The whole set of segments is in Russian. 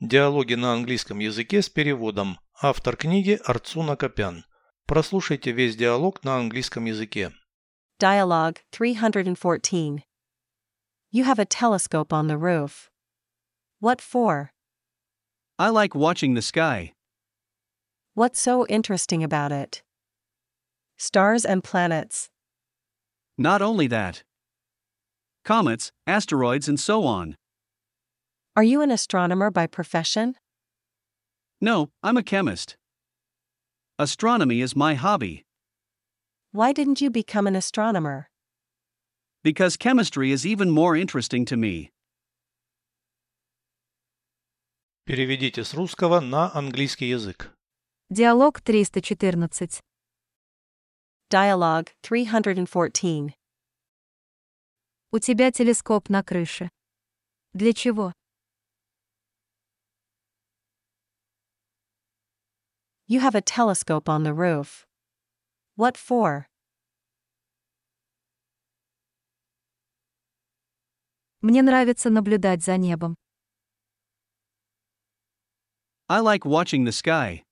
Диалоги на английском языке с переводом. Автор книги Арцуна Копян. Прослушайте весь диалог на английском языке. Dialogue 314. You have a telescope on the roof. What for? I like watching the sky. What's so interesting about it? Stars and planets. Not only that, comets, asteroids, and so on. Are you an astronomer by profession? No, I'm a chemist. Astronomy is my hobby Why didn't you become an astronomer? because chemistry is even more interesting to me. Переведите с русского на английский язык. Диалог 314. Dialogue 314. У тебя телескоп на крыше. Для чего? You have a telescope on the roof. What for? Мне нравится наблюдать за небом. I like watching the sky.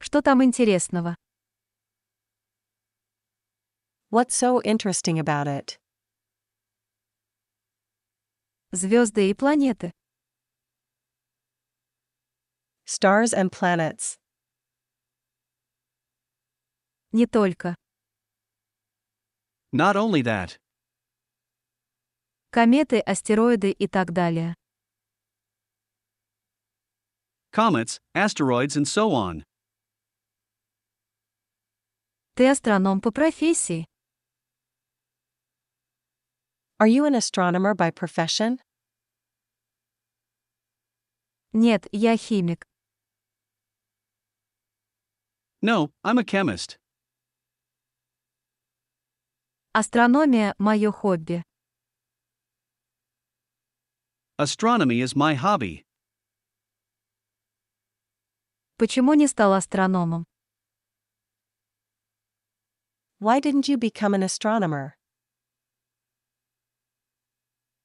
Что там интересного? What's so interesting about it? Звезды и планеты. Stars and planets. Не только. Not only that, Кометы, астероиды и так далее. comets, asteroids, and so on. Ты астроном по профессии. Are you an astronomer by profession? Нет, я химик. No, I'm a chemist. Астрономия – мое хобби. Astronomy is my hobby. Почему не стал астрономом? Why didn't you become an astronomer?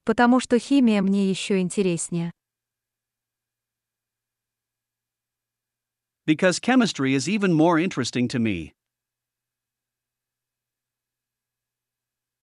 Потому что химия мне еще интереснее. Because chemistry is even more interesting to me.